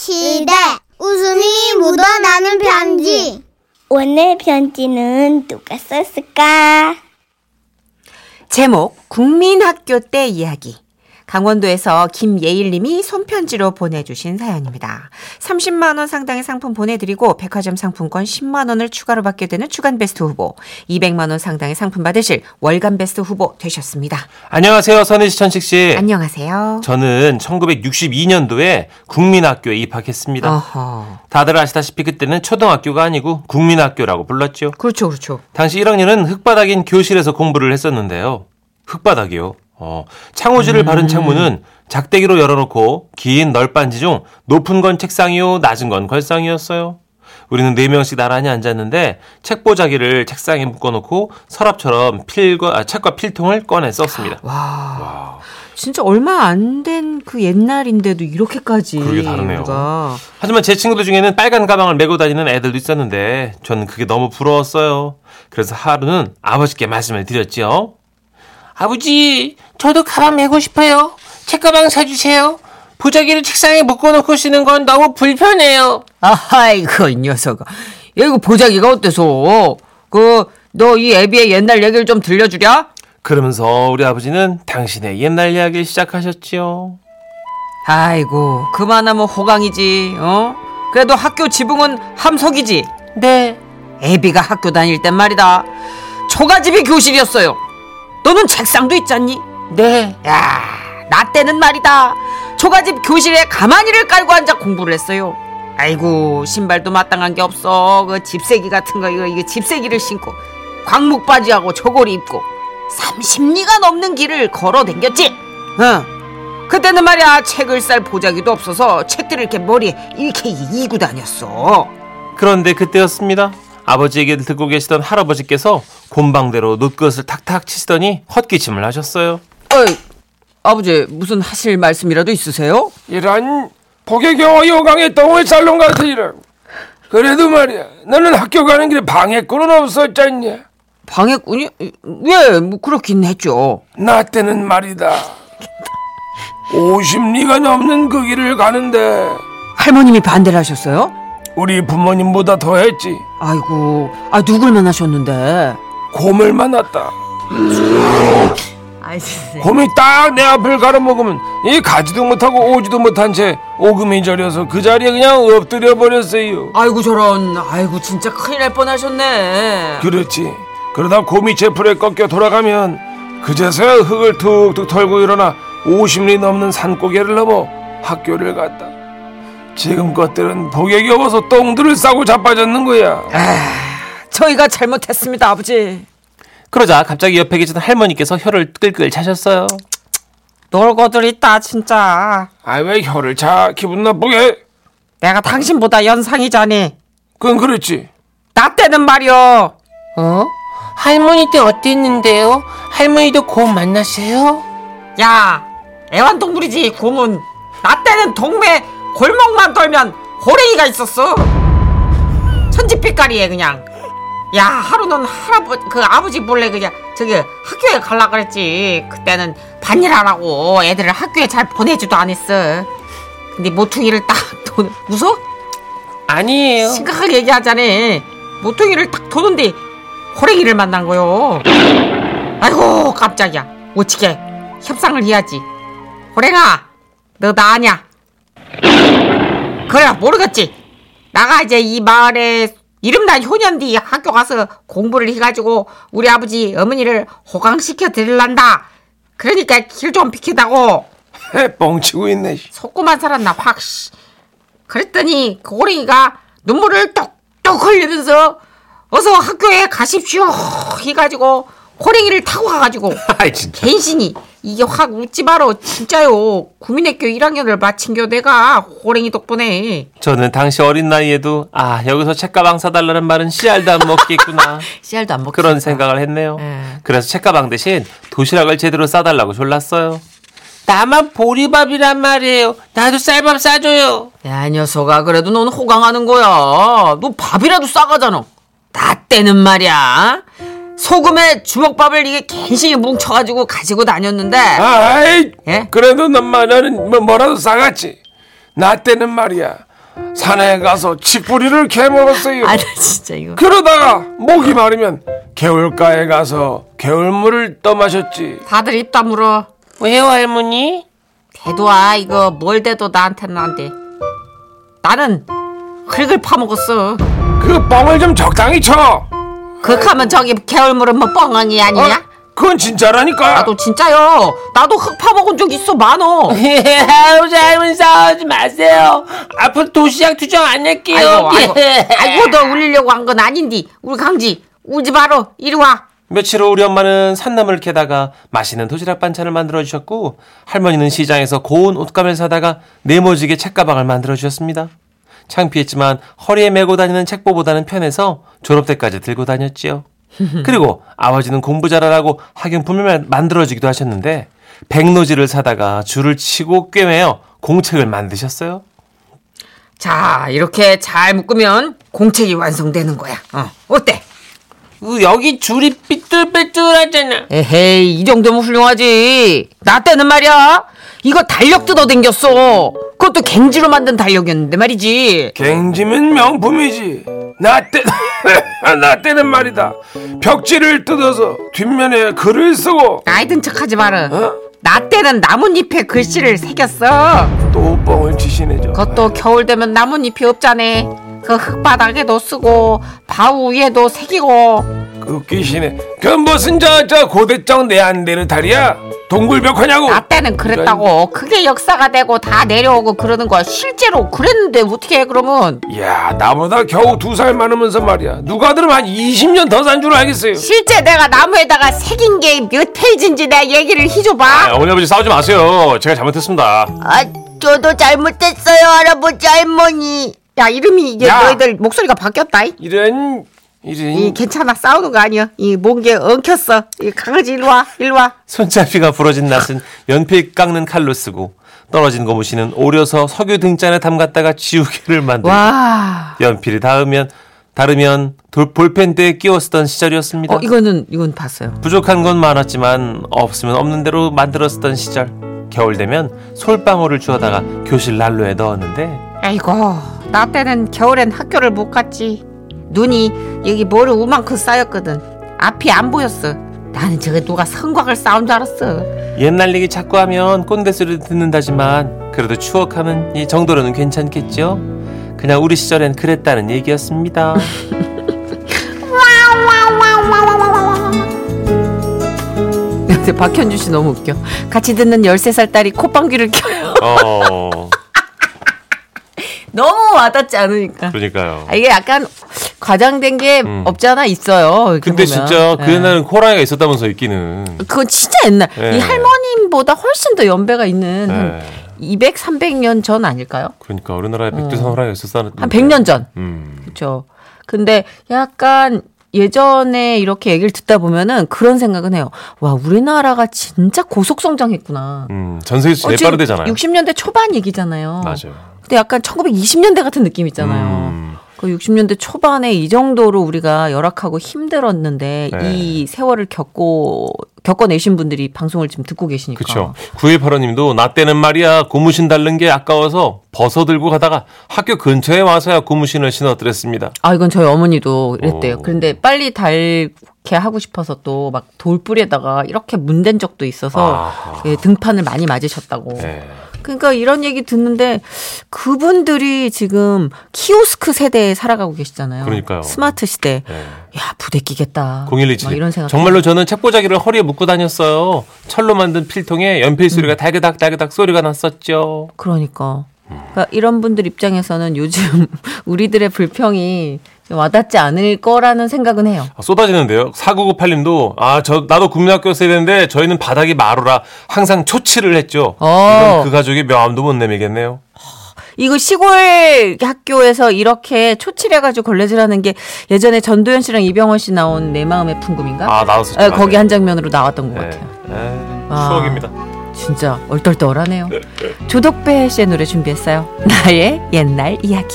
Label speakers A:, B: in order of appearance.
A: 시대 웃음이 묻어나는 편지
B: 오늘 편지는 누가 썼을까?
C: 제목 국민학교 때 이야기. 강원도에서 김예일 님이 손편지로 보내주신 사연입니다. 30만 원 상당의 상품 보내드리고 백화점 상품권 10만 원을 추가로 받게 되는 주간 베스트 후보, 200만 원 상당의 상품 받으실 월간 베스트 후보 되셨습니다.
D: 안녕하세요, 선희 씨, 천식 씨.
C: 안녕하세요.
D: 저는 1962년도에 국민학교에 입학했습니다.
C: 어허.
D: 다들 아시다시피 그때는 초등학교가 아니고 국민학교라고 불렀죠.
C: 그렇죠, 그렇죠.
D: 당시 1학년은 흙바닥인 교실에서 공부를 했었는데요. 흙바닥이요. 어,
C: 음.
D: 창호지를 바른 창문은 작대기로 열어놓고 긴 널빤지 중 높은 건 책상이요, 낮은 건 걸상이었어요. 우리는 네 명씩 나란히 앉았는데 책보자기를 책상에 묶어놓고 서랍처럼 필과 아, 책과 필통을 꺼내 썼습니다.
C: 와. 진짜 얼마 안 된 그 옛날인데도 이렇게까지
D: 그러게 다르네요.
C: 우리가
D: 하지만 제 친구들 중에는 빨간 가방을 메고 다니는 애들도 있었는데 저는 그게 너무 부러웠어요. 그래서 하루는 아버지께 말씀을 드렸지요. 아버지, 저도 가방 메고 싶어요. 책가방 사주세요. 보자기를 책상에 묶어놓고 쓰는 건 너무 불편해요.
E: 아이고 이 녀석아 야 이거 보자기가 어때서 그 너 이 애비의 옛날 얘기를 좀 들려주랴
D: 그러면서 우리 아버지는 당신의 옛날 이야기를 시작하셨지요.
E: 아이고 그만하면 호강이지 어 그래도 학교 지붕은 함석이지
D: 네.
E: 애비가 학교 다닐 땐 말이다 초가집이 교실이었어요 너는 책상도 있잖니
D: 네.
E: 야 나 때는 말이다 초가집 교실에 가만히를 깔고 앉아 공부를 했어요 아이고 신발도 마땅한 게 없어 그 집세기 같은 거 이거 이거 집세기를 신고 광목 바지하고 저고리 입고 30리가 넘는 길을 걸어 댕겼지 응 그때는 말이야 책을 쌀 보자기도 없어서 책들을 이렇게 머리에 이렇게 이고 다녔어
D: 그런데 그때였습니다. 아버지 얘기를 듣고 계시던 할아버지께서 곤방대로 놋것을 탁탁 치시더니 헛기침을 하셨어요.
E: 어이 아버지 무슨 하실 말씀이라도 있으세요?
F: 이런 복의 경우 요강의 똥을 살롱 같은 이런 그래도 말이야 너는 학교 가는 길에 방해꾼은 없었잖냐
E: 방해꾼이 예 뭐 그렇긴 했죠
F: 나 때는 말이다 50리가 넘는 그 길을 가는데
E: 할머님이 반대를 하셨어요?
F: 우리 부모님보다 더했지
E: 아이고, 아 누굴 만나셨는데?
F: 곰을 만났다
E: 아, 진짜.
F: 곰이 딱 내 앞을 가로먹으면 이 가지도 못하고 오지도 못한 채 오금이 저려서 그 자리에 그냥 엎드려 버렸어요
E: 아이고 저런, 아이고 진짜 큰일 날 뻔하셨네.
F: 그렇지. 그러다 곰이 제 풀에 꺾여 돌아가면 그제서야 흙을 툭툭 털고 일어나 50리 넘는 산고개를 넘어 학교를 갔다. 지금 것들은 복에 겨워서 똥들을 싸고 자빠졌는 거야.
E: 저희가 잘못했습니다, 아버지.
D: 그러자 갑자기 옆에 계시던 할머니께서 혀를 끌끌 차셨어요.
E: 놀고들 있다 진짜.
F: 아 왜 혀를 차 기분 나쁘게?
E: 내가 당신보다 연상이자니.
F: 그건 그렇지.
E: 나 때는 말이요.
G: 어? 할머니 때 어땠는데요? 할머니도 곧 만났어요?
E: 야, 애완동물이지 곰은. 나 때는 동네 골목만 돌면 호랭이가 있었어. 천지빛깔이에 그냥. 야 하루는 할아버 그 아버지 몰래 그냥 저기 학교에 갈라 그랬지. 그때는 반일하라고 애들을 학교에 잘 보내지도 않았어. 근데 모퉁이를 딱 도는 무서?
G: 아니에요.
E: 심각하게 얘기하자니 모퉁이를 딱 도는데 호랭이를 만난 거요. 아이고 깜짝이야. 어찌게 협상을 해야지. 호랭아, 너 나 아냐? 그래 모르겠지. 나가 이제 이 마을에 이름 난 효년디 학교 가서 공부를 해가지고 우리 아버지 어머니를 호강시켜 드릴란다. 그러니까 길 좀 비키다고.
F: 헤, 뻥치고 있네. 씨.
E: 속고만 살았나 확. 씨. 그랬더니 그 호랭이가 눈물을 똑똑 흘리면서 어서 학교에 가십시오 해가지고 호랭이를 타고 가가지고
D: 아이 진짜.
E: 갠신이 이게 확 웃지 마라 진짜요 국민학교 1학년을 마친 겨 내가 호랭이 덕분에
D: 저는 당시 어린 나이에도 아 여기서 책가방 사달라는 말은 씨알도 안 먹겠구나
C: 씨알도 안 먹고
D: 그런 생각을 했네요. 그래서 책가방 대신 도시락을 제대로 싸달라고 졸랐어요.
G: 나만 보리밥이란 말이에요. 나도 쌀밥 싸줘요.
E: 야 녀석아 그래도 넌 호강하는 거야 너 밥이라도 싸가잖아 나 때는 말이야 소금에 주먹밥을 이게 갠신이 뭉쳐가지고 가지고 다녔는데
F: 아이,
E: 예?
F: 그래도 넌 말하는 뭐, 뭐라도 싸갔지. 나 때는 말이야. 산에 가서 치뿌리를 캐 먹었어요.
E: 아, 나 진짜 이거.
F: 그러다가 목이 마르면 개울가에 가서 개울물을 떠 마셨지.
E: 다들 입 다물어.
G: 왜요, 할머니?
E: 대도아, 이거 뭘 대도 나한테는 안 돼. 나는 흙을 파먹었어.
F: 그 뻥을 좀 적당히 쳐.
E: 극하면 저기 개울물은 뭐 뻥엉이
F: 어?
E: 아니냐?
F: 그건 진짜라니까.
E: 나도 진짜요. 나도 흙 파먹은 적 있어, 많어.
G: 우리 예, 할머니 싸우지 마세요. 앞으로 도시락 투정 안 할게요. 예.
E: 아이고, 아이고, 아이고, 너 울리려고 한 건 아닌디. 우리 강지, 울지 마라. 이리 와.
D: 며칠 후 우리 엄마는 산나물 캐다가 맛있는 도시락 반찬을 만들어 주셨고 할머니는 시장에서 고운 옷감을 사다가 네모지게 책가방을 만들어 주셨습니다. 창피했지만 허리에 메고 다니는 책보보다는 편해서 졸업 때까지 들고 다녔지요. 그리고 아버지는 공부 잘하라고 학용품을 마- 만들어주기도 하셨는데 백노지를 사다가 줄을 치고 꿰매어 공책을 만드셨어요.
E: 자, 이렇게 잘 묶으면 공책이 완성되는 거야. 어, 어때?
G: 으, 여기 줄이 삐뚤빼뚤하잖아.
E: 에헤이, 이 정도면 훌륭하지. 나 때는 말이야. 이거 달력 뜯어댕겼어. 그것도 갱지로 만든 달력이었는데 말이지.
F: 갱지면 명품이지. 나 때, 나 때는 말이다. 벽지를 뜯어서 뒷면에 글을 쓰고
E: 나이든 척 하지 마라.
F: 어?
E: 나 때는 나뭇잎에 글씨를 새겼어.
F: 또 뻥을 치시네 저.
E: 그것도 겨울 되면 나뭇잎이 없잖아. 그 흙바닥에도 쓰고 바우 위에도 새기고
F: 웃기시네. 그 무슨 저저 고대적 내한데르탈이야? 동굴벽 하냐고.
E: 나 아, 때는 그랬다고 그게 역사가 되고 다 내려오고 그러는 거야 실제로 그랬는데 어떻게 해 그러면
F: 야 나보다 겨우 두 살 많으면서 말이야. 누가 들으면 한 20년 더 산 줄 알겠어요.
E: 실제 내가 나무에다가 새긴 게 몇 페이지인지 내가 얘기를 해줘봐
D: 어머니 아버지 싸우지 마세요. 제가 잘못했습니다.
B: 아, 저도 잘못했어요, 할아버지, 할머니.
E: 야 이름이 이게
F: 야.
E: 너희들 목소리가 바뀌었다 이.
F: 이런 이런.
E: 이 괜찮아 싸우는 거 아니야 이 몽게 엉켰어 이 강아지 일로 와 일로 와
D: 손잡이가 부러진 낫은 연필 깎는 칼로 쓰고 떨어진 고무신은 오려서 석유 등잔에 담갔다가 지우개를 만들고
E: 와.
D: 연필이 닿으면 다르면 돌, 볼펜대에 끼워 쓰던 시절이었습니다.
E: 어 이거는 이건 봤어요
D: 부족한 건 많았지만 없으면 없는 대로 만들어 쓰던 시절. 겨울 되면 솔방울을 주워다가 교실 난로에 넣었는데
E: 아이고 나 때는 겨울엔 학교를 못 갔지 눈이 여기 머리 우만큼 쌓였거든 앞이 안 보였어 나는 저게 누가 성곽을 쌓은 줄 알았어
D: 옛날 얘기 자꾸 하면 꼰대 소리 듣는다지만 그래도 추억하면 이 정도로는 괜찮겠죠? 그냥 우리 시절엔 그랬다는 얘기였습니다.
E: 근데 박현주 씨 너무 웃겨 같이 듣는 13살 딸이 콧방귀를 켜요
D: 어,
E: 너무 와닿지 않으니까
D: 그러니까요.
E: 아, 이게 약간 과장된 게 없지 않아 있어요 이렇게
D: 음. 근데
E: 보면.
D: 진짜 그
E: 예.
D: 옛날에는 호랑이가 있었다면서 있기는.
E: 그건 진짜 옛날
D: 예.
E: 이 할머님보다 훨씬 더 연배가 있는 한
D: 예.
E: 200, 300년 전 아닐까요?
D: 그러니까 우리나라에 백두산 호랑이가 있었다는.
E: 음. 한 100년 전
D: 음.
E: 그렇죠. 근데 약간 예전에 이렇게 얘기를 듣다 보면은 그런 생각은 해요. 와, 우리나라가 진짜 고속 성장했구나.
D: 음. 전 세계
E: 어,
D: 제일
E: 지금
D: 빠르대잖아요.
E: 60년대 초반 얘기잖아요.
D: 맞아요.
E: 근데 약간 1920년대 같은 느낌 있잖아요.
D: 음.
E: 그 60년대 초반에 이 정도로 우리가 열악하고 힘들었는데
D: 네.
E: 이 세월을 겪고 겪어내신 분들이 방송을 지금 듣고 계시니까.
D: 그쵸. 9185님도 나 때는 말이야 고무신 달른 게 아까워서 벗어 들고 가다가 학교 근처에 와서야 고무신을 신어드렸습니다.
E: 아 이건 저희 어머니도 이랬대요.
D: 오.
E: 그런데 빨리 닳게 하고 싶어서 또 막 돌뿌리에다가 이렇게 문댄 적도 있어서
D: 아하.
E: 예, 등판을 많이 맞으셨다고.
D: 네.
E: 그러니까 이런 얘기 듣는데 그분들이 지금 키오스크 세대에 살아가고 계시잖아요.
D: 그러니까요.
E: 스마트 시대.
D: 네.
E: 야 부대끼겠다. 막
D: 0117.
E: 이런 생각.
D: 정말로 저는 책보자기를 허리에 묶고 다녔어요. 철로 만든 필통에 연필
E: 음.
D: 소리가 달그닥 달그닥 소리가 났었죠.
E: 그러니까.
D: 음.
E: 그러니까 이런 분들 입장에서는 요즘 우리들의 불평이 좀 와닿지 않을 거라는 생각은 해요.
D: 아, 쏟아지는데요. 4998님도 아 저 나도 국민학교 세대인데 저희는 바닥이 마루라 항상 초치를 했죠.
E: 어.
D: 이건 그 가족이 명함도 못 내밀겠네요.
E: 이거 시골 학교에서 이렇게 초칠해가지고 걸레질하는 게 예전에 전도연 씨랑 이병헌 씨 나온 내 마음의 풍금인가?
D: 아 나왔었죠.
E: 예, 거기 한 장면으로 나왔던 것
D: 네.
E: 같아요.
D: 네.
E: 아.
D: 추억입니다.
E: 진짜 얼떨떨하네요. 조덕배 씨의 노래 준비했어요. 나의 옛날 이야기.